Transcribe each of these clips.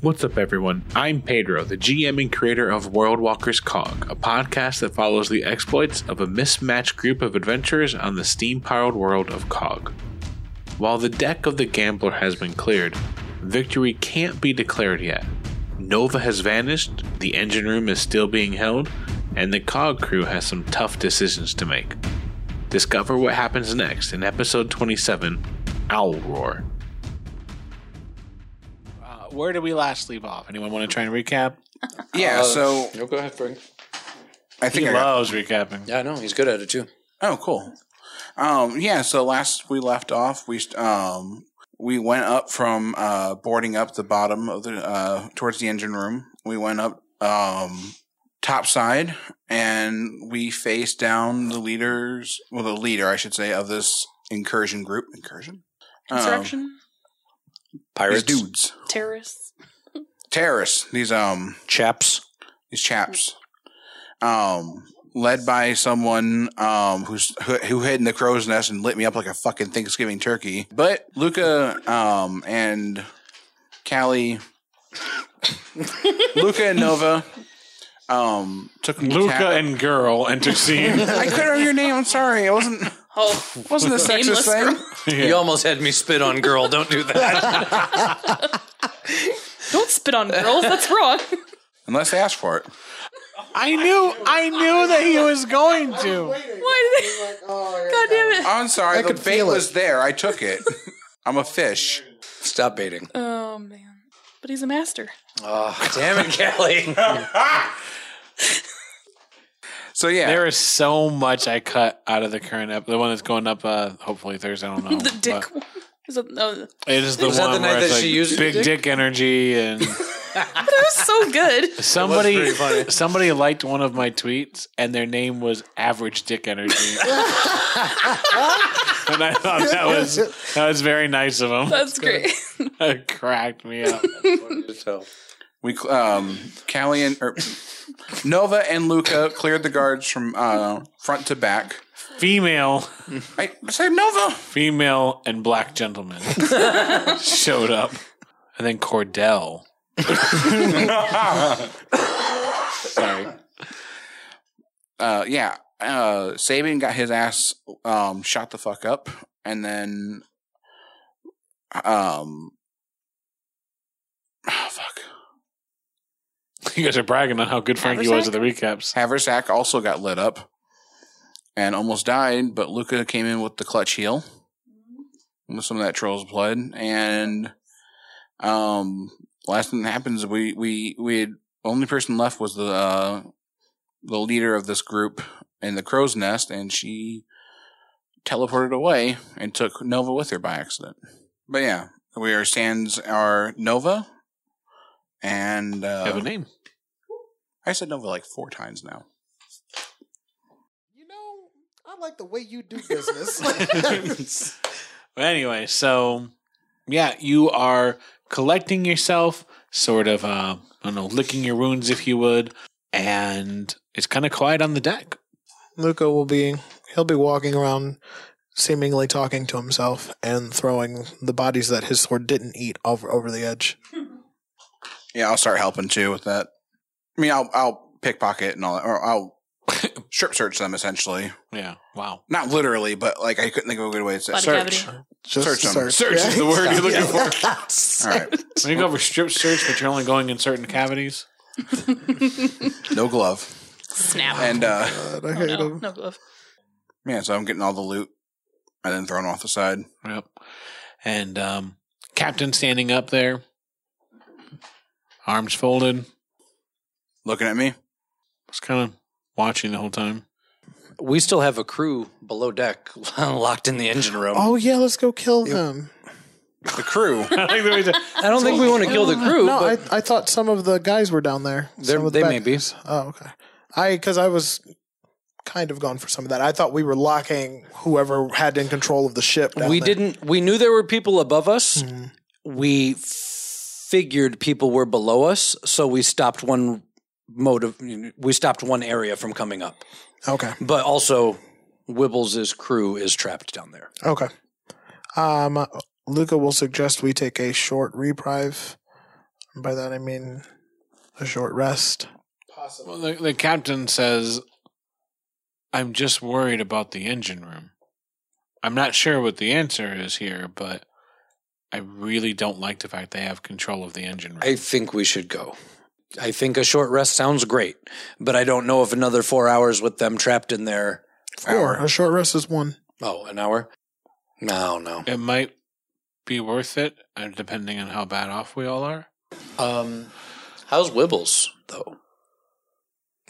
What's up, everyone? I'm Pedro, the GM and creator of World Walkers Cog, a podcast that follows the exploits of a mismatched group of adventurers on the steam powered world of Cog. While the deck of the gambler has been cleared, victory can't be declared yet. Nova has vanished, the engine room is still being held, and the Cog crew has some tough decisions to make. Discover what happens next in episode 27 Owl Roar. Uh, where did we last leave off? Anyone want to try and recap? Uh, Yeah, so No, go ahead, Frank. I think He I got- loves recapping. Yeah, I know he's good at it too. Oh, cool. Um, yeah, so last we left off, we um, we went up from uh, boarding up the bottom of the uh, towards the engine room. We went up um, top side, and we faced down the leaders. Well, the leader, I should say, of this incursion group. Incursion. Um, Insurrection? these Pirates, dudes, Terrorists? terrorists. These um, chaps. these chaps, um, led by someone um, who's who, who hid in the crow's nest and lit me up like a fucking Thanksgiving turkey. But Luca um, and Callie, Luca and Nova, um, took me Luca ta- and girl enter scene. I couldn't remember your name. I'm sorry. It wasn't Oh, wasn't a sexist Nameless thing. girl. You almost had me spit on, girl. Don't do that. don't spit on girls. That's wrong. Unless they asked for it. I knew, I knew that he was going to. Why did they? oh God damn it. I'm sorry. the could bait feel it. was there. I took it. I'm a fish. Stop baiting. Oh, man. But he's a master. Oh, damn it, Kelly. So yeah, There is so much I cut out of the current episode. The one that's going up, uh, hopefully Thursday. I don't know. The dick. but one. Is it, no, that It is the Was that one the night where it's that like she used big dick? dick? energy, and was so good. somebody pretty funny. somebody liked one of my tweets, and their name was Average Dick Energy. and I thought that was that was very nice of him. That's great. It cracked me up. so, We cl- um Callie and er, Nova and Luca cleared the guards from uh front to back. Female. I said Nova. female and black gentleman showed up. And then Cordell. Sorry. Uh yeah. Uh Sabian got his ass um shot the fuck up and then um ah, fuck. You guys are bragging on how good Frankie was at the recaps. Haversack also got lit up and almost died, but Luca came in with the clutch heel with some of that troll's blood. And um, last thing that happens, we we we had only person left was the uh, the leader of this group in the crow's nest, and she teleported away and took Nova with her by accident. But yeah, we are stands are Nova and I have a uh, name. I said Nova like four times now. You know, I like the way you do business. But anyway, so yeah, you are collecting yourself, sort of, uh, I don't know, licking your wounds, if you would. And it's kind of quiet on the deck. Luca will be he'll be walking around seemingly talking to himself and throwing the bodies that his sword didn't eat over over the edge. Yeah, I'll start helping too with that. I mean, I'll I'll pickpocket and all that, or I'll strip search them essentially. Yeah. Wow. Not literally, but like I couldn't think of a good way to say Body search. cavity. Just Search 'em. Search is the word you're looking for. for. All right, When you go for strip search, but you're only going in certain cavities. no glove. Snap. And uh God, I Oh, hate no. him. no glove. yeah, so I'm getting all the loot and then thrown off the side. Yep. And um, captain standing up there, arms folded, Looking at me. was kind of watching the whole time. we still have a crew below deck locked in the engine room. Oh yeah, let's go kill them. The crew. I like the way that- I don't think we want to kill the crew, No, I, but I thought some of the guys were down there. They're- Some of the they bad may be. guys. Oh, okay. I because I was kind of gone for some of that. I thought we were locking whoever had in control of the ship. down we there. didn't. We knew there were people above us. Mm. We figured people were below us, so we stopped one motive. We stopped one area from coming up. Okay. But also, Wibbles' crew is trapped down there. Okay. Um, Luca will suggest we take a short reprieve And by that I mean a short rest. Well, the, the captain says, I'm just worried about the engine room. I'm not sure what the answer is here, but I really don't like the fact they have control of the engine room. I think we should go. I think a short rest sounds great, but I don't know if another four hours with them trapped in there. Or Hour. a short rest is one. Oh, an hour? No, no. it might be worth it, uh, depending on how bad off we all are. Um, how's Wibbles though?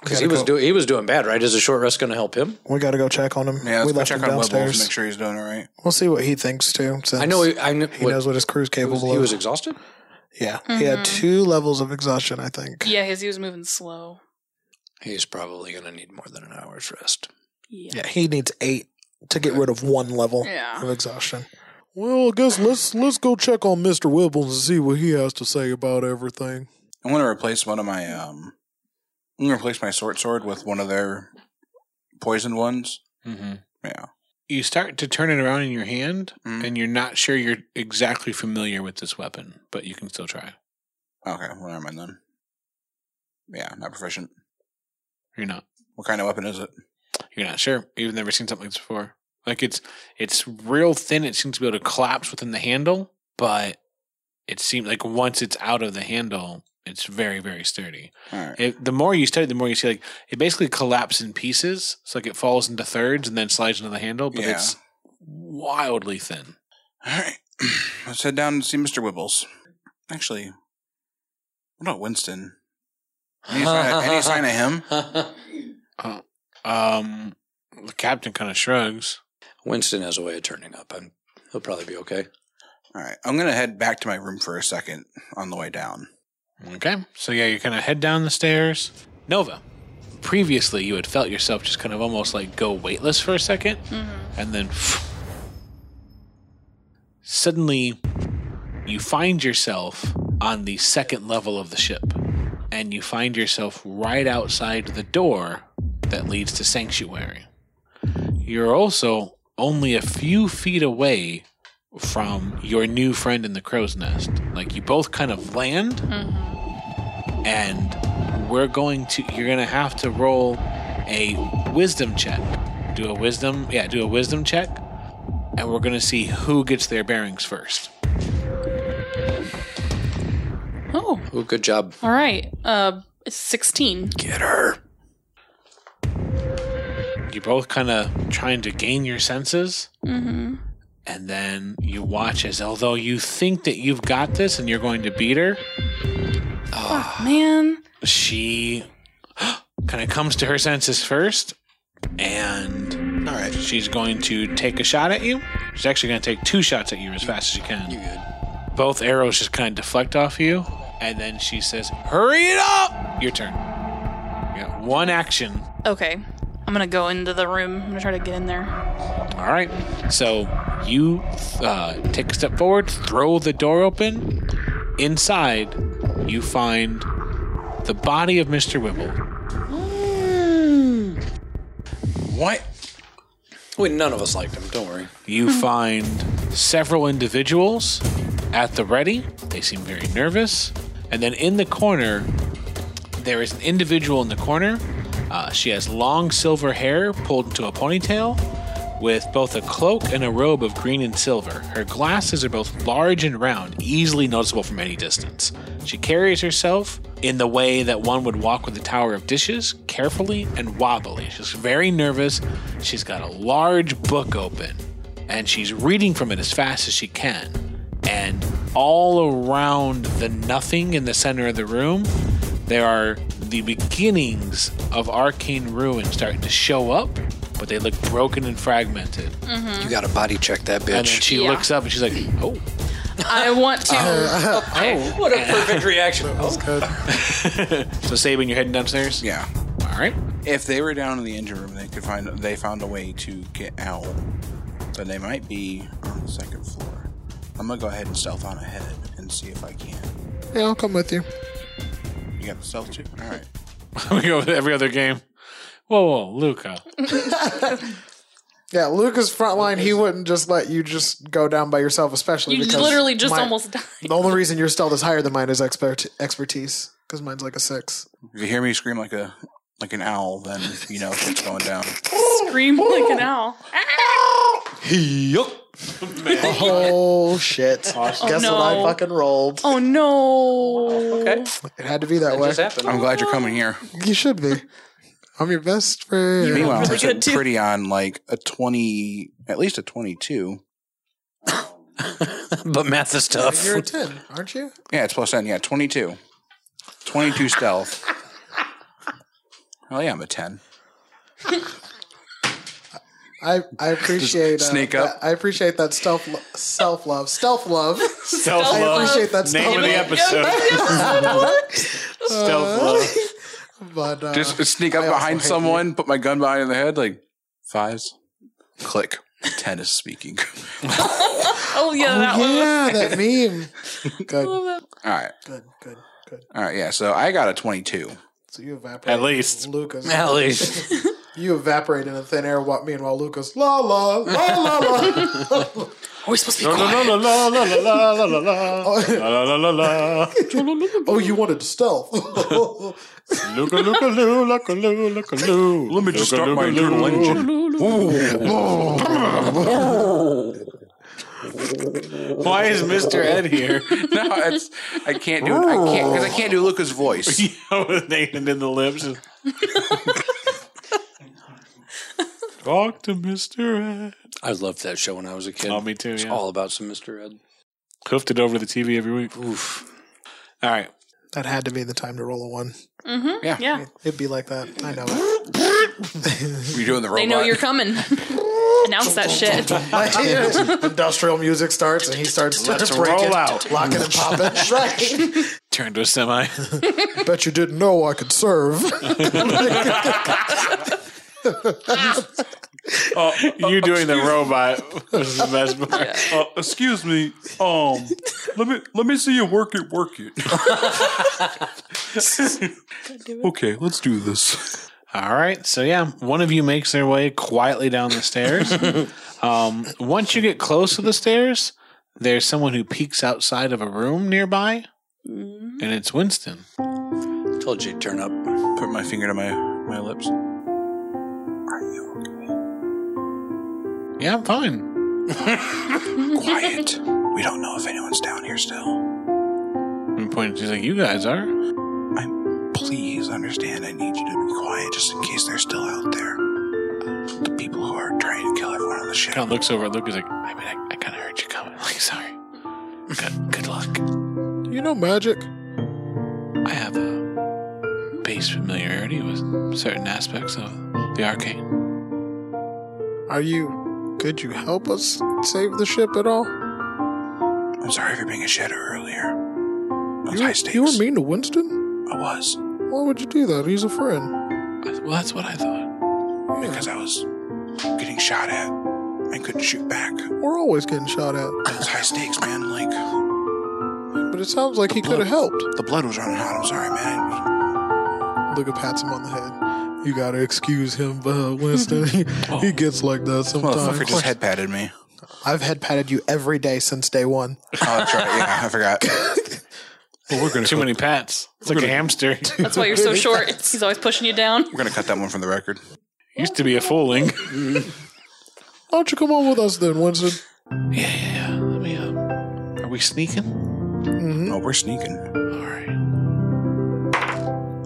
Because Gotta he was go- doing he was doing bad, right? Is a short rest going to help him? We got to go check on him. Yeah, let's we go left check him on Webbles, downstairs. make sure he's doing all right. We'll see what he thinks too. Since I know. He, I know. he what- knows what his crew's he was, capable he of. was exhausted. yeah, he had Mhm. two levels of exhaustion. I think. Yeah, because he was moving slow. He's probably going to need more than an hour's rest. Yeah. Yeah, he needs eight to get rid of one level Yeah. of exhaustion. Well, I guess let's let's go check on Mister Wibbles and see what he has to say about everything. I'm gonna replace one of my um I'm gonna replace my sword sword with one of their poisoned ones. Mm-hmm. Yeah. You start to turn it around in your hand, Mhm. and you're not sure you're exactly familiar with this weapon, but you can still try. Okay, well never mind then. Yeah, not proficient. You're not. What kind of weapon is it? You're not sure. You've never seen something like this before. Like it's it's real thin. It seems to be able to collapse within the handle, but it seems like once it's out of the handle, it's very very sturdy. Alright. It, the more you study, the more you see like it basically collapses in pieces. So like it falls into thirds and then slides into the handle, but Yeah. it's wildly thin. Alright. Let's head down and see Mr. Wibbles. Actually, what about Winston? Any sign of, any sign of him? Um, the captain kind of shrugs. Winston has a way of turning up. I'm, he'll probably be okay. All right, I'm gonna head back to my room for a second on the way down. Okay, so yeah, you kind of head down the stairs. Nova, previously you had felt yourself just kind of almost like go weightless for a 2nd Mm-hmm. and then suddenly you find yourself on the second level of the ship, and you find yourself right outside the door that leads to sanctuary. You're also only a few feet away from your new friend in the crow's nest. Like you both kind of land and we're going to you're going to have to roll a wisdom check. Do a wisdom, yeah, do a wisdom check and we're going to see who gets their bearings first. Oh, Ooh, good job. all right. Uh, it's 16. Get her. You're both kind of trying to gain your senses Mm-hmm. and then you watch as although you think that you've got this and you're going to beat her, Fuck, man. she kind of comes to her senses first and All right, she's going to take a shot at you. She's actually going to take two shots at you as fast as she can. You good? both arrows just kind of deflect off you, and then she says, "Hurry it up!" Your turn. You got one action. Okay. I'm gonna go into the room. I'm gonna try to get in there. All right. So you uh, take a step forward, throw the door open. Inside, you find the body of Mister Wibble. what? Wait, none of us liked him. Don't worry. You find several individuals at the ready. They seem very nervous. And then in the corner, there is an individual in the corner. Uh, she has long silver hair pulled into a ponytail with both a cloak and a robe of green and silver. Her glasses are both large and round, easily noticeable from any distance. She carries herself in the way that one would walk with a tower of dishes, carefully and wobbly. She's very nervous. She's got a large book open, and she's reading from it as fast as she can. And all around the nothing in the center of the room, there are the beginnings of arcane ruin starting to show up, but they look broken and fragmented. You got to body check that And then bitch. she Yeah. looks up and she's like, "Oh, I want to. okay. what a perfect reaction. so Saban, you're heading downstairs. Yeah. All right. If they were down in the engine room, they could find they found a way to get out, but they might be on the second floor. I'm gonna go ahead and stealth on ahead and see if I can. Yeah, I'll come with you. You got the stealth too. All right. we go with every other game. Whoa, whoa, Luca. Yeah, Luca's frontline, he wouldn't just let you just go down by yourself, especially You because literally just my- almost died. The only reason your stealth is higher than mine is expert expertise because mine's like a six. If you hear me scream like a like an owl, then you know shit's going down. Scream like an owl. Oh shit! Guess Oh, what I no. fucking rolled. Oh no. Okay. It had to be that way. Just happened. I'm glad you're coming here. You should be. I'm your best friend. Meanwhile, I'm really sitting good, too. pretty on like a twenty, at least a twenty-two. but math is tough. You're a ten, aren't you? Yeah, it's plus ten. Yeah, twenty-two. Twenty-two stealth. Hell yeah, I'm a ten. I I appreciate uh, Just sneak up. that- I appreciate that stealth lo- self love stealth love. Stealth I love. appreciate that Name stealth of the love. episode. Stealth love. But uh, Just sneak up I also behind hate someone, put my gun behind the head, like fives. Click. Ten is speaking. Oh yeah, that one. was- yeah, that meme. Good, All right. good, good, good. All right. Yeah. So I got a 22. So you evaporate. At least. Lucas. At least. You evaporate in the thin air. While, meanwhile, Lucas, la la la la la. Are we supposed to be La quiet? la la la la la la la la oh, la la la la. oh, you wanted stealth. Looka looka loo looka loo looka loo. Let me just start my internal engine. Why is Mr. Ed here? No, it's I can't do it. I can't because I can't do Luca's voice. You know, with Nathan in the lips. Talk to Mr. Ed. I loved that show when I was a kid. Oh, me too. It's Yeah. all about some Mr. Ed. Hoofed it over to the TV every week. Oof. All right. that had to be the time to roll a one. Mm-hmm. Yeah. Yeah. It'd be like that. I know it. You're doing the robot. They know you're coming. Announce that shit. Like, industrial music starts, and he starts to Let's break roll it, out. lock it and pop it. right. Turn to a semi. Bet you didn't know I could serve. you doing the robot was the best part. Uh, excuse me. Um, let me let me see you work it, work it. okay, let's do this. All right. So, yeah, one of you makes their way quietly down the stairs. um, once you get close to the stairs, there's someone who peeks outside of a room nearby, and it's Winston. Told you to turn up. Put my finger to my my lips. Yeah, I'm fine. Quiet. We don't know if anyone's down here still. I'm pointing. She's like, "You guys are." Please understand. I need you to be quiet just in case they're still out there. The people who are trying to kill everyone on the ship. Kind of looks over at Luke. He's like, "I mean, I, I kind of heard you coming. Like, sorry. Good, good luck. you know magic. I have a base familiarity with certain aspects of the arcane. Are you? Could you help us save the ship at all? I'm sorry for being a shadow earlier. That was You, high were- stakes. you were mean to Winston. I was Why would you do that? He's a friend. I- Well, that's what I thought. Yeah. because I was getting shot at. I couldn't shoot back. We're always getting shot at. It was high stakes, man. Like But it sounds like he could have helped. the blood was running hot. I'm sorry, man. Luca pats him on the head. You gotta excuse him, uh, Winston. He, he gets like that Motherfucker sometimes. just head patted me. I've head patted you every day since day one. Oh, that's right. Yeah, I forgot. Well, we're gonna too many pats. It's like a hamster. That's why you're so short. He's always pushing you down. We're gonna cut that one from the record. Used to be a fooling. Why don't you come on with us then, Winston? Yeah, yeah, yeah. Let me um Are we sneaking? No, we're sneaking. Alright.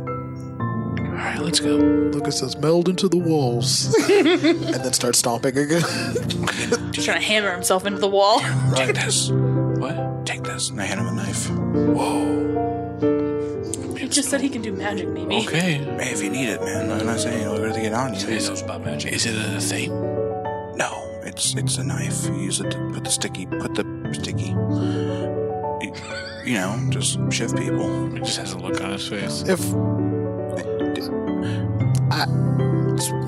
Alright, let's go. Luca says, meld into the walls. and then starts stomping again. Just trying to hammer himself into the wall. Take this. What? Take this. And I hand him a knife. He just said he can do magic, maybe. Okay. Hey, if you need it, man. I'm not saying we're gonna get on you. This is about magic. Is it a thing? No, it's it's a knife. You use it to put the sticky, put the sticky. You, you know, just shift people. It just has a look on his face. if I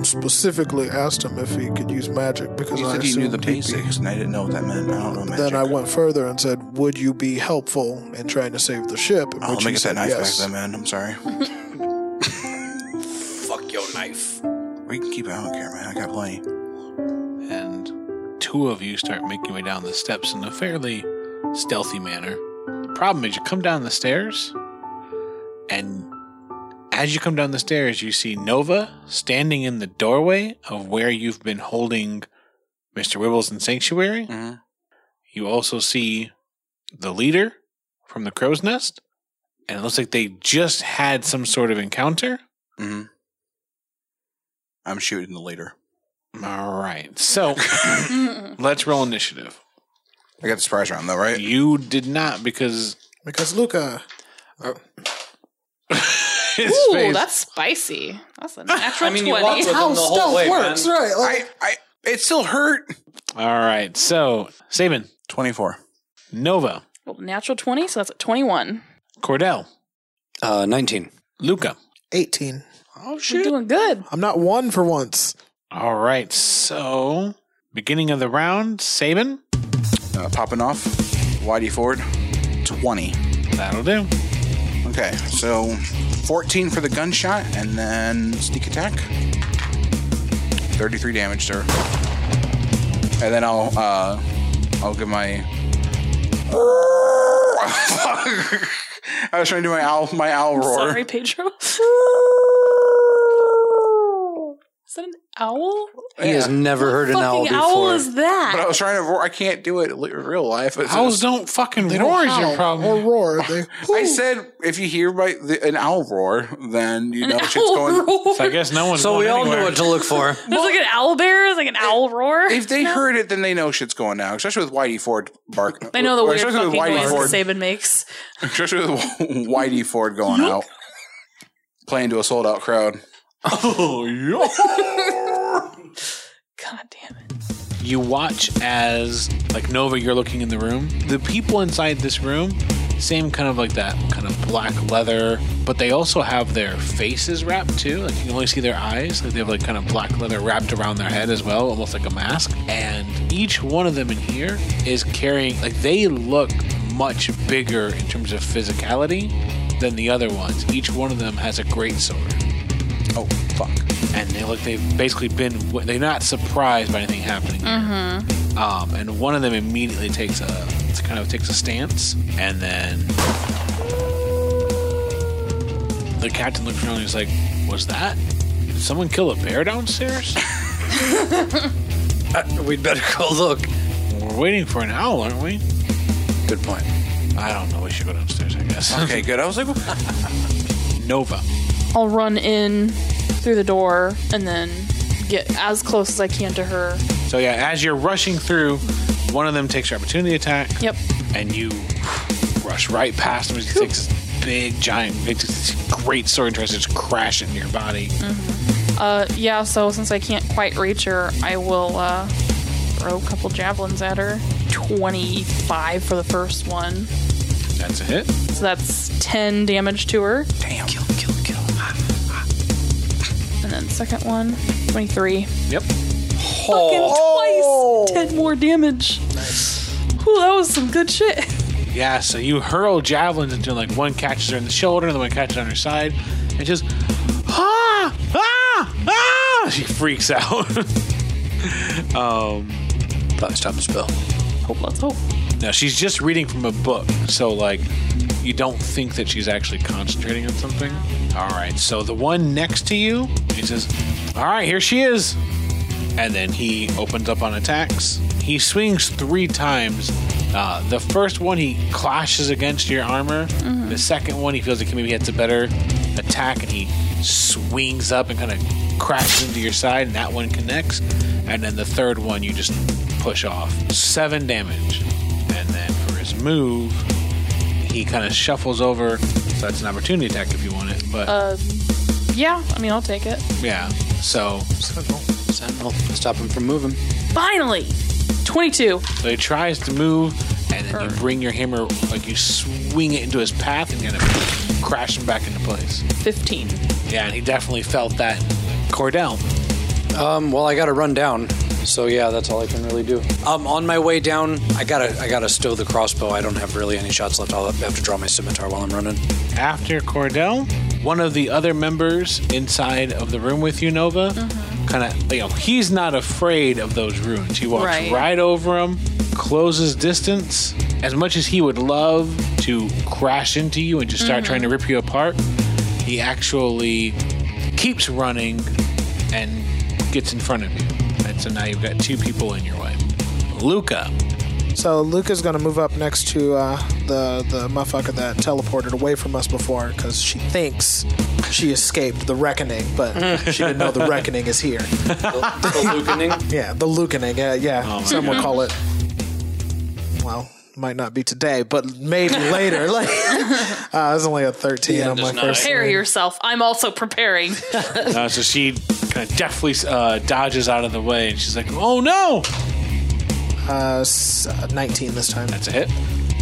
specifically asked him if he could use magic because He I said he knew assumed the he'd be- basics, and I didn't know what that meant. I don't know magic. Then I went further and said, "Would you be helpful in trying to save the ship?" And Oh, let me get that knife back, then, man. I'm sorry. Fuck your knife. We can keep it. I don't care, man. I got plenty. Yeah, two of you start making your way down the steps in a fairly stealthy manner. Problem is, you come down the stairs, and as you come down the stairs, you see Nova standing in the doorway of where you've been holding Mr. Wibbles in Sanctuary. hmm Mm-hmm. You also see the leader from the crow's nest, and it looks like they just had some sort of encounter. hmm I'm shooting the leader. All right, so Mm-mm. let's roll initiative. I got the surprise round though, right? You did not because Because Luca. his Ooh, face. that's spicy. That's a natural I mean, you walked 20. with them the whole way, man. That's right. Like, I, I, it still hurt. All right, so Saban, Twenty-four. Nova, Well, natural 20, so that's a 21. Cordell, Uh, 19. Luca. 18. Oh You're doing good. I'm not one for once. All right, so beginning of the round, Saban. Uh, popping off. Whitey Ford. Twenty. That'll do. Okay, so fourteen for the gunshot, and then sneak attack. Thirty-three damage, sir. And then I'll, uh, I'll give my. I was trying to do my owl, my owl roar. Sorry, Pedro. Is that an owl? He has never heard an owl Fucking before. owl is that? But I was trying to roar. I can't do it in li- real life. It's- Owls don't fucking roar is your Or problem. roar. They, I said if you hear my the, an owl roar, then you know an shit's owl going. roar. So I guess no one's So going we all anywhere. know what to look for. It's like an owl bear. It's like an owl roar. If they heard it, then they know shit's going down. Especially with Whitey Ford bark. I know the or weird especially fucking with Whitey noise Ford. that Saban makes. Especially with Whitey Ford going out, playing to a sold out crowd. Oh, yeah. God damn it. you watch as like Nova, you're looking in the room. The people inside this room, same kind of like that kind of black leather, but they also have their faces wrapped too. Like you can only see their eyes. Like they have like kind of black leather wrapped around their head as well, almost like a mask. And each one of them in here is carrying like they look much bigger in terms of physicality than the other ones. Each one of them has a great sword Oh fuck! and they look they've basically been they're not surprised by anything happening here. um, and one of them immediately takes a kind of takes a stance and then the captain looks around and he's like was that did someone kill a bear downstairs We'd better go look. we're waiting for an owl aren't we Good point. i don't know we should go downstairs i guess Okay, good. I was like, nova I'll run in through the door and then get as close as I can to her. so yeah as you're rushing through one of them takes your opportunity attack Yep. and you rush right past him as he takes this big giant big, this great sword and tries to just crash into your body Uh, yeah, so since I can't quite reach her, I will uh, throw a couple javelins at her. 25 for the first one. that's a hit So that's 10 damage to her. damn. And then second one, 23. yep Oh. Fucking twice! 10 more damage. Nice. Ooh, that was some good shit. yeah so you hurl javelins until like one catches her in the shoulder the one catches her on her side and just ah ah ah she freaks out um Probably stop the spell. Hope, let's hope. Now she's just reading from a book, so like you don't think that she's actually concentrating on something. All right, so the one next to you, he says, "All right, here she is," and then he opens up on attacks. He swings three times. Uh, the first one he clashes against your armor. The second one he feels like maybe hits a better attack, and he swings up and kind of crashes into your side, and that one connects. And then the third one you just push off. Seven damage. And then for his move, he kind of shuffles over. So that's an opportunity attack if you want it. But Yeah, I mean, I'll take it. yeah, so Sentinel. Stop him from moving. Finally! 22. so he tries to move, and then you bring your hammer, like you swing it into his path, and kind of crash him back into place. 15. Yeah, and he definitely felt that. Cordell, Um, well, I gotta run down. So yeah, that's all I can really do. Um, on my way down, I gotta I gotta stow the crossbow. I don't have really any shots left. I'll have to draw my scimitar while I'm running. after Cordell, one of the other members inside of the room with you, Nova, kind of, you know, he's not afraid of those runes. He walks right, Right. over them, closes distance. As much as he would love to crash into you and just start trying to rip you apart, he actually keeps running and gets in front of you. And so now you've got two people in your way. Luca. So Luca's gonna move up next to uh, the the motherfucker that teleported away from us before, because she thinks she escaped the reckoning, but she didn't know the reckoning is here. Yeah, the Lucaning. Yeah, yeah. Some would call it. Well, might not be today, but maybe later. Like, uh, it's only a thirteen on my does not. first. Prepare swing. yourself. I'm also preparing. Uh, so she kind of deftly uh, dodges out of the way and she's like, oh no! Uh, s- uh, nineteen this time. That's a hit.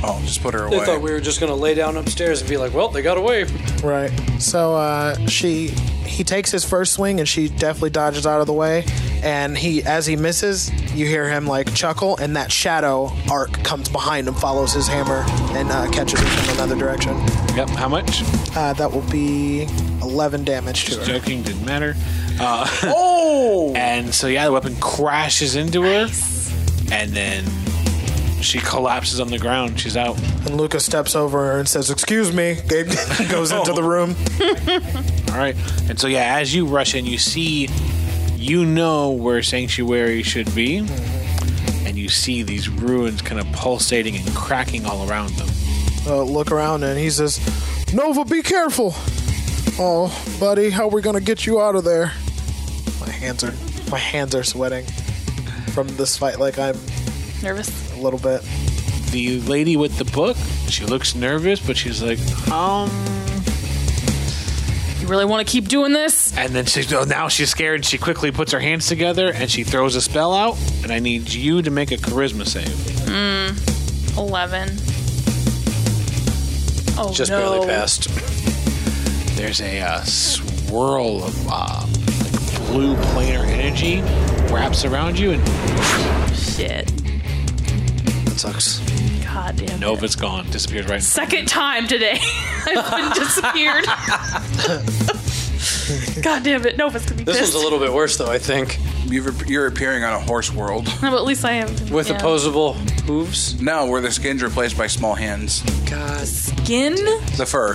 Oh, just put her They away. thought we were just going to lay down upstairs and be like, well, they got away. Right. So uh, she, he takes his first swing, and she definitely dodges out of the way. And he, as he misses, you hear him like chuckle, and that shadow arc comes behind him, follows his hammer, and uh, catches him from another direction. Yep, how much? Uh, that will be eleven damage to her. Joking, didn't matter. Uh, oh! And so, yeah, the weapon crashes into her. And then she collapses on the ground. She's out. And Luca steps over her and says, "Excuse me." goes into the room. All right. And so, yeah, as you rush in, you see, you know where Sanctuary should be. And you see these ruins kind of pulsating and cracking all around them. uh, look around and he says, Nova, be careful. Oh, buddy, how we gonna get you out of there? My hands are my hands are sweating from this fight. Like I'm Nervous. a little bit. the lady with the book, she looks nervous, but she's like, um. You really want to keep doing this? And then she's, oh, now she's scared. She quickly puts her hands together and she throws a spell out. And I need you to make a charisma save. 11. Oh, Just no. barely passed. There's a uh, swirl of uh, like blue planar energy wraps around you, and Shit. That sucks. God damn. it. Nova's gone, disappears right. Second time today. I've been disappeared. God damn it. Nova's going to be This pissed. one's a little bit worse, though, I think. You're, you're appearing on a horse world. No, but at least I am. With yeah. opposable hooves. No, where the skin's replaced by small hands. God. Skin? The fur.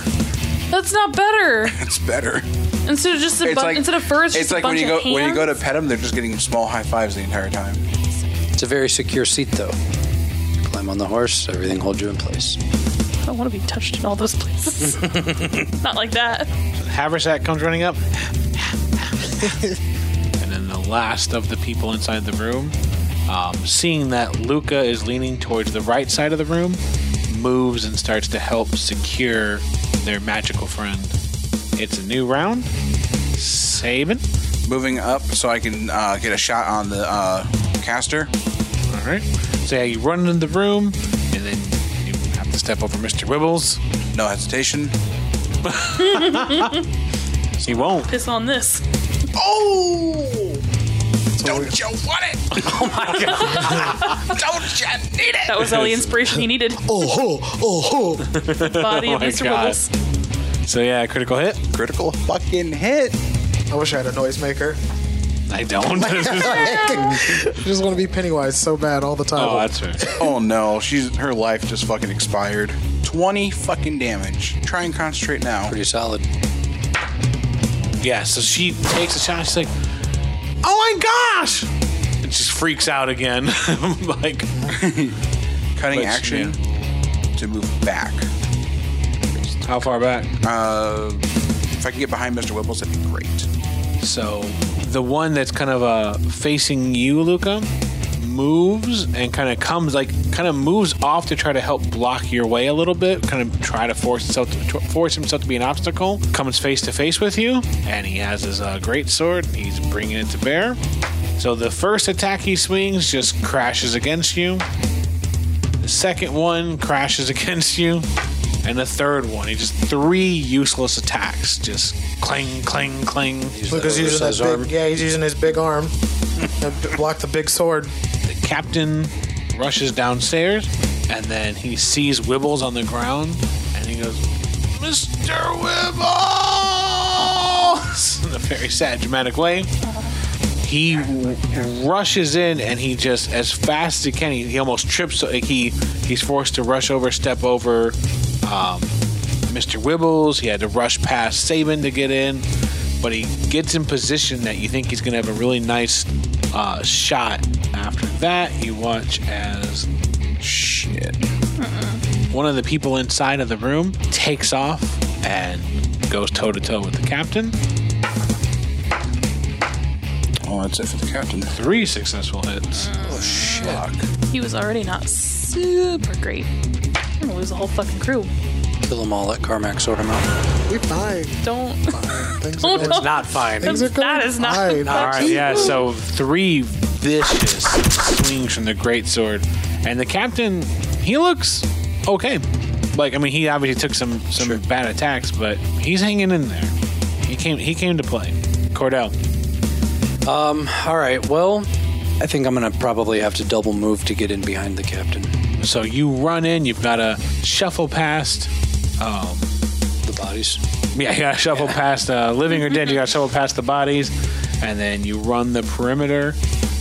That's not better. It's better. Instead of just a It's bu- like instead of fur, it's, It's just like a bunch when you go of when you go to hands. pet them, they're just getting small high fives the entire time. It's a very secure seat, though. Climb on the horse, everything holds you in place. I don't want to be touched in all those places. not like that. Haversack comes running up. and then the last of the people inside the room, um, seeing that Luca is leaning towards the right side of the room, moves and starts to help secure their magical friend. It's a new round. Saban. Moving up so I can uh, get a shot on the uh, caster. All right. So yeah, you run into the room, and then you have to step over Mr. Wibbles. No hesitation. He won't. Piss on this. Don't you want it? Don't you need it? That was all the inspiration he needed. Oh ho, oh ho. Body Oh of my Mr. God. Wibbles. So yeah, critical hit. Critical fucking hit. I wish I had a noisemaker. I don't. I just want to be Pennywise so bad all the time. oh, that's right. Oh no, she's her life just fucking expired. Twenty fucking damage. Try and concentrate now. Pretty solid. Yeah, so she takes a shot. She's like, "Oh my gosh!" And just freaks out again. like, Cutting But, action to move back. how far back? Uh, if I can get behind Mr. Wibbles, that'd be great. So the one that's kind of uh, facing you, Luca, moves and kind of comes like kind of moves off to try to help block your way a little bit. Kind of try to force himself to, to- force himself to be an obstacle. Comes face to face with you, and he has his uh, great sword. And he's bringing it to bear. So the first attack he swings just crashes against you. The second one crashes against you. And the third one, he just three useless attacks. Just clang, clang, clang. Luca's using that Oversized big, arm. yeah, he's using his big arm. to b- block the big sword. The captain rushes downstairs and then he sees Wibbles on the ground and he goes, Mr. Wibbles! in a very sad, dramatic way. He w- rushes in and he just, as fast as he can, he, he almost trips. Like he he's forced to rush over, step over, um, Mr. Wibbles. He had to rush past Saban to get in, but he gets in position that you think he's going to have a really nice uh, shot. After that, you watch as shit one of the people inside of the room takes off and goes toe to toe with the captain. Oh, that's it for the captain. Three successful hits. Oh, shit. He was already not super great. I'm gonna lose the whole fucking crew. Kill them all. Let Carmack sort them out. We fine. Don't. Things Oh, are no. going, Not fine. things are going That is not- fine. All right, yeah. So three vicious swings from the greatsword, and the captain he looks okay. Like I mean, he obviously took some some bad attacks, but he's hanging in there. He came he came to play. Cordell, All right. Well, I think I'm gonna probably have to double move to get in behind the captain. so you run in. You've got to shuffle past. Um, The bodies. Yeah, you gotta shuffle past uh, living or dead. You gotta shuffle past the bodies, and then you run the perimeter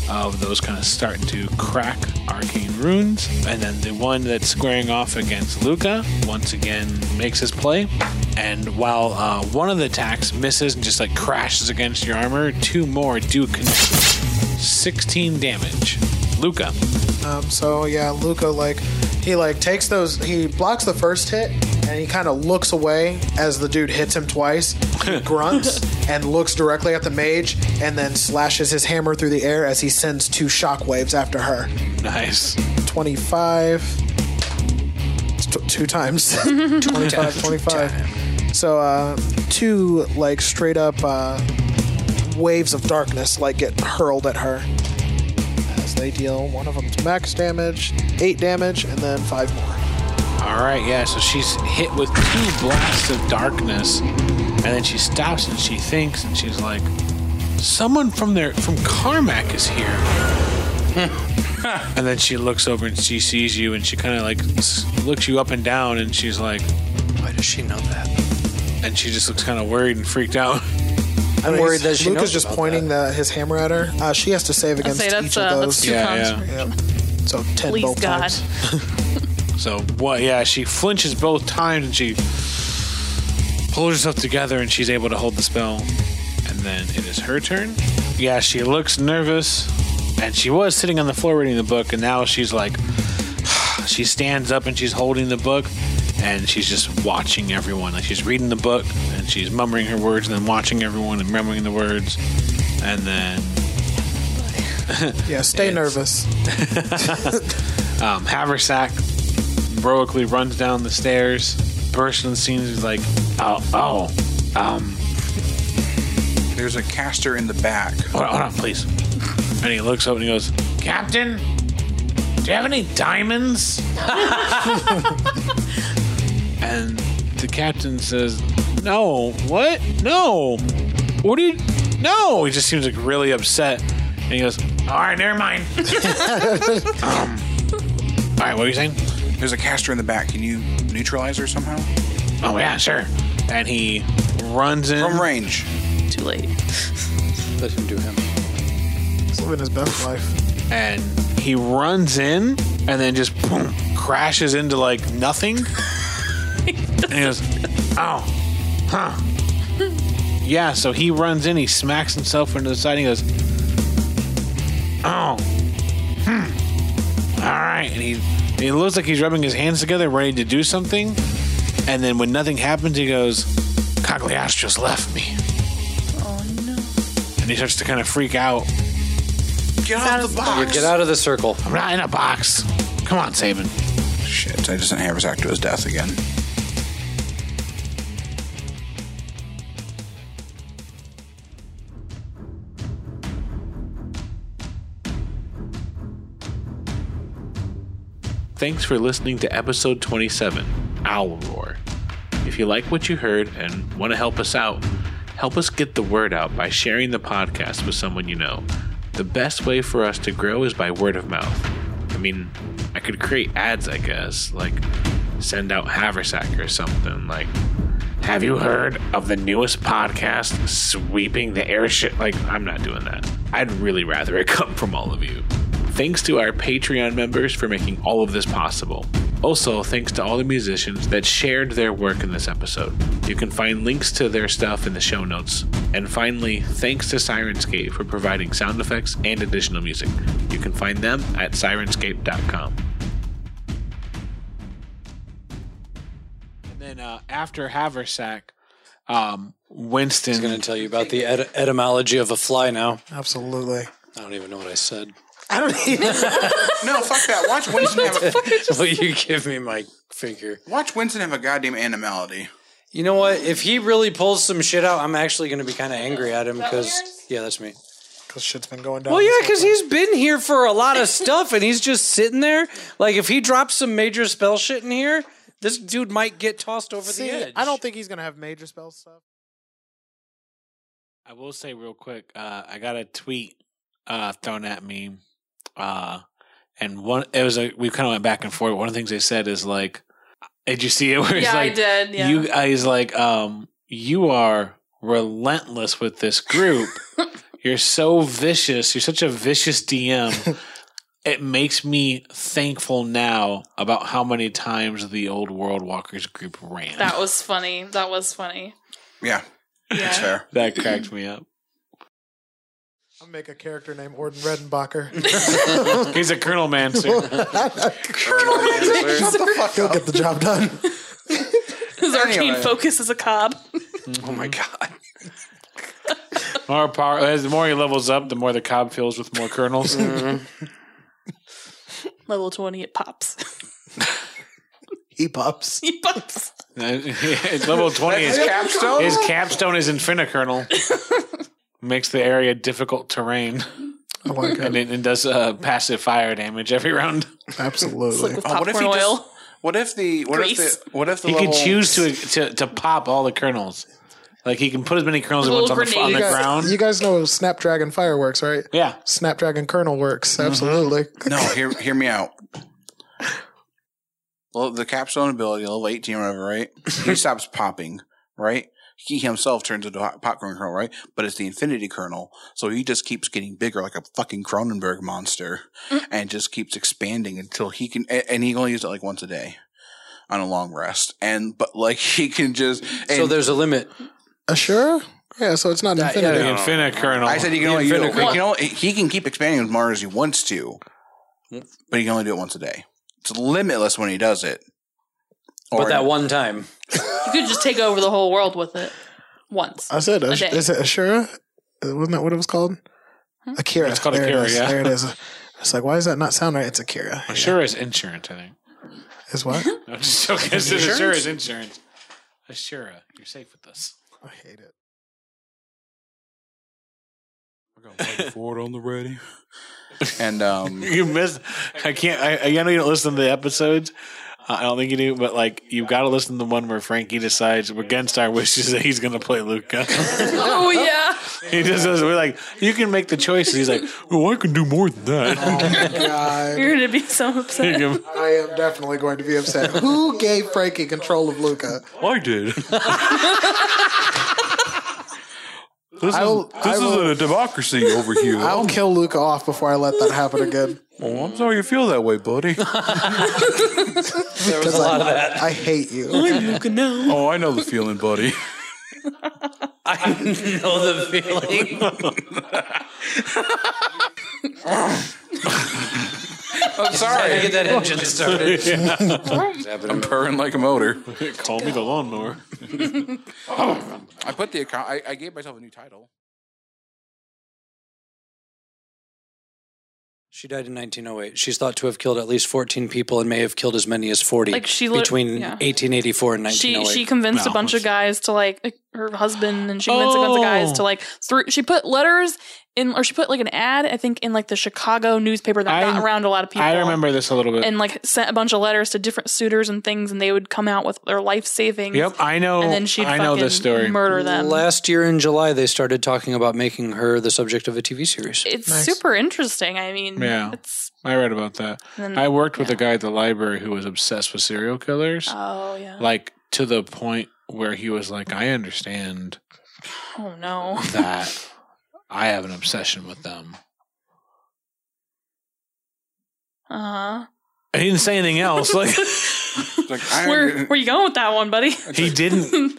of those kind of starting to crack arcane runes. And then the one that's squaring off against Luca once again makes his play. And while uh, one of the attacks misses and just like crashes against your armor, two more do connect. 16 damage. Luca. Um, so yeah, Luca like he like takes those. He blocks the first hit and he kind of looks away as the dude hits him twice. He grunts and looks directly at the mage and then slashes his hammer through the air as he sends two shockwaves after her. Nice. Twenty-five. It's tw- Two times. 25, 25. So, uh, two, like, straight up uh, waves of darkness, like, get hurled at her as they deal one of them's max damage, eight damage, and then five more. All right, yeah. So she's hit with two blasts of darkness, and then she stops and she thinks and she's like, "Someone from there, from Carmack is here." and then she looks over and she sees you, and she kind of like s- looks you up and down, and she's like, Why does she know that? and she just looks kind of worried and freaked out. I'm worried that she Luke knows is just about pointing the, his hammer at her. Uh, she has to save I'd against say that's each uh, of that's those. two Yeah, cons. yeah. So ten Please both God. times. So what? Yeah, she flinches both times and she pulls herself together and she's able to hold the spell. And then it is her turn. Yeah, she looks nervous, and she was sitting on the floor reading the book, and now she's like, she stands up and she's holding the book, and she's just watching everyone. Like she's reading the book and she's murmuring her words, and then watching everyone and murmuring the words, and then Yeah, stay nervous. Um, Haversack heroically runs down the stairs, bursts on the scene, he's like, oh, oh, um, There's a caster in the back. hold on, hold on, please. And he looks up and he goes, Captain, do you have any diamonds? and the captain says, No, what? No. What do you, no. He just seems like really upset. And he goes, All right, never mind. Um, all right, what are you saying? There's a caster in the back. Can you neutralize her somehow? Oh yeah, sure. And he runs in. From range. Too late. Let him do him. He's living his best life. And he runs in, and then just boom, crashes into like nothing. and he goes, "Oh, huh." yeah. So he runs in. He smacks himself into the side. And he goes, "Oh, hmm. All right." And he and he looks like he's rubbing his hands together, ready to do something. And then when nothing happens, he goes, "Coglias just left me," Oh no. and he starts to kind of freak out. Get That off is- the box. Get out of the circle. I'm not in a box. Come on, Saban. Shit, I just sent Haversack to his death again. Thanks for listening to episode 27, Owl Roar. If you like what you heard and want to help us out, help us get the word out by sharing the podcast with someone you know. The best way for us to grow is by word of mouth. I mean, I could create ads, I guess, like send out Haversack or something, like Have you heard of the newest podcast sweeping the airship? Like, I'm not doing that. I'd really rather it come from all of you. Thanks to our Patreon members for making all of this possible. Also, thanks to all the musicians that shared their work in this episode. You can find links to their stuff in the show notes. And finally, thanks to Sirenscape for providing sound effects and additional music. You can find them at sirenscape.com. And then uh, after Haversack, um, Winston. I'm going to tell you about the et- etymology of a fly now. Absolutely. I don't even know what I said. I don't even. No, fuck that. Watch Winston have a, Will you give me my finger? watch Winston have a goddamn animality. You know what? If he really pulls some shit out, I'm actually going to be kind of angry at him because yeah, that's me. Because shit's been going down. Well, yeah, because he's been here for a lot of stuff, and he's just sitting there. Like if he drops some major spell shit in here, this dude might get tossed over See, the edge. I don't think he's gonna have major spell stuff. I will say real quick, uh, I got a tweet uh, thrown at me, uh, and one it was a, we kind of went back and forth. One of the things they said is like, "Did you see it?" Where it's yeah, like, I did. Yeah. "You guys like, um, you are relentless with this group. You're so vicious. You're such a vicious DM." It makes me thankful now about how many times the old World Walkers group ran. that was funny. That was funny. Yeah, that's Yeah. fair. that cracked me up. I'll make a character named Orden Redenbacher. He's a Colonel Mancer. Shut the fuck He'll get the job done. His arcane Anyway. focus is a cob. Oh my god! More power. As the more he levels up, the more the cob fills with more kernels. Level 20, it pops. He pops. he pops. It's level twenty. His His, capstone. his capstone is infinikernel. Makes the area difficult terrain, Oh my and god! it, it does uh, passive fire damage every round. Absolutely. With Oh, what popcorn if he oil. just- What if the what Grease. if the what if the He level, can choose to, to to pop all the kernels. Like he can put as many kernels as Little wants on the, on grenades. the You guys- ground. You guys know Snapdragon fireworks, right? yeah, Snapdragon kernel works. Absolutely. No, hear hear me out. Well, the capstone ability, level eighteen, or whatever, right? He stops popping, right? He himself turns into a popcorn kernel, right? But it's the infinity kernel, so he just keeps getting bigger, like a fucking Cronenberg monster, and just keeps expanding until he can. a- And he only uses it like once a day on a long rest, and but like he can just. So and there's a limit. Assura? Yeah, so it's not the infinity. infinikernel. I said he can The only use it. infinikernel. He can, only, he can keep expanding as much as he wants to, but he can only do it once a day. It's limitless when he does it. But Or- that one time, You could just take over the whole world with it once. I said, Ash- day. is it Ashura? Uh, Wasn't that what it was called? Akira. It's called there Akira, It is. yeah. There it is. It's like, why does that not sound right? It's Akira. Sure is insurance. I think. Is what? No, I'm just joking. It's Insurance? Assura is insurance. Assura, you're safe with us. I hate it. Ford on the ready. And um, You missed. I can't. I, I know you don't listen to the episodes. Uh, I don't think you do, but like you've got to listen to the one where Frankie decides against our wishes that he's going to play Luca. oh, yeah. he just does. We're like, you can make the choices. He's like, well, I can do more than that. God, You're going to be so upset. I am definitely going to be upset. Who gave Frankie control of Luca? I did. this I will- is, I this will- is a democracy over here. I'll kill Luca off before I let that happen again. Oh, I'm sorry you feel that way, buddy. there was a lot of that. I hate you. oh, I know the feeling, buddy. I know the feeling. I'm sorry, get that engine started. I'm purring like a motor. Call me the lawnmower. I put the account. I, I gave myself a new title. She died in 1908. She's thought to have killed at least 14 people and may have killed as many as 40 Like, she lit- between yeah. 1884 and She 1908. she convinced No, a bunch of it's- guys to like her husband, and she convinced a bunch Oh. of guys to like through. She put letters in, or she put like an ad, I think, in like the Chicago newspaper that I- got around a lot of people. I remember this a little bit. and like sent a bunch of letters to different suitors and things, and they would come out with their life savings. yep, I know. And then she'd Oh, I know this fucking story. murder them. Last year in July, they started talking about making her the subject of a TV series. it's super interesting. I mean, Yeah. It's I read about that. Then- I Uh. worked with a guy at the library who was obsessed with serial killers. oh yeah. like to the point where he was like, I understand Oh no. that I have an obsession with them. Uh He didn't say anything else. Like It's like, I huh. Where under- where you going with that one, buddy? he didn't.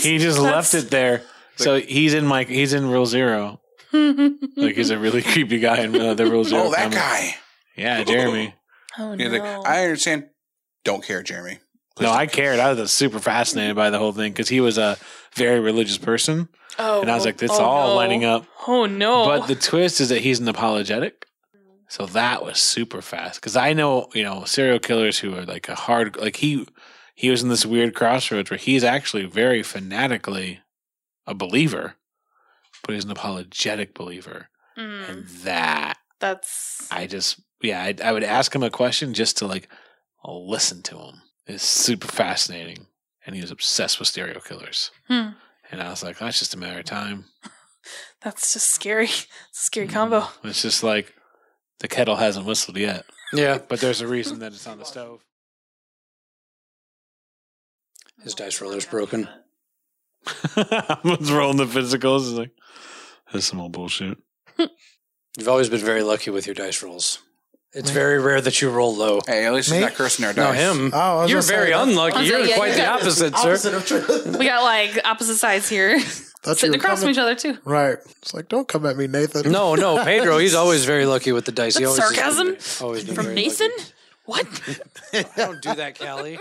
He just left it there. So he's in my he's in rule zero. Oh, Like he's a Mm-hmm. really creepy guy in uh, the rule zero. oh, that family. guy. Yeah, Jeremy. oh He's no. like, I understand. Don't care, Jeremy. Please No, don't I cared. I was super fascinated by the whole thing because he was a very religious person, oh, and I was like, "It's oh, all no. lining up." Oh no. But the twist is that he's an apologetic. So that was super fast because I know you know serial killers who are like a hard like he he was in this weird crossroads where he's actually very fanatically a believer, but he's an apologetic believer, Mm, and that that's I just yeah I, I would ask him a question just to like listen to him. It's super fascinating, and he was obsessed with serial killers. Hmm. And I was like, that's just a matter of time. that's just scary. Scary Mm. combo. It's just like the kettle hasn't whistled yet. Yeah, but there's a reason that it's on the stove. His dice roller's broken. I was rolling the physicals. It's like that's some old bullshit. You've always been very lucky with your dice rolls. It's very rare that you roll low. Hey, at least Me? he's not cursing our No, dice. him. Oh, I was You're gonna say very that- I unlucky. was You're like, yeah, quite you the got- opposite, sir. Opposite of truth. We got like opposite sides here, sitting across from each other too. Right. It's like, don't come at me, Nathan. No, no, Pedro. He's always very lucky with the dice. He That's always has been sarcasm very- always been from very lucky. Nathan. What? Don't do that, Callie.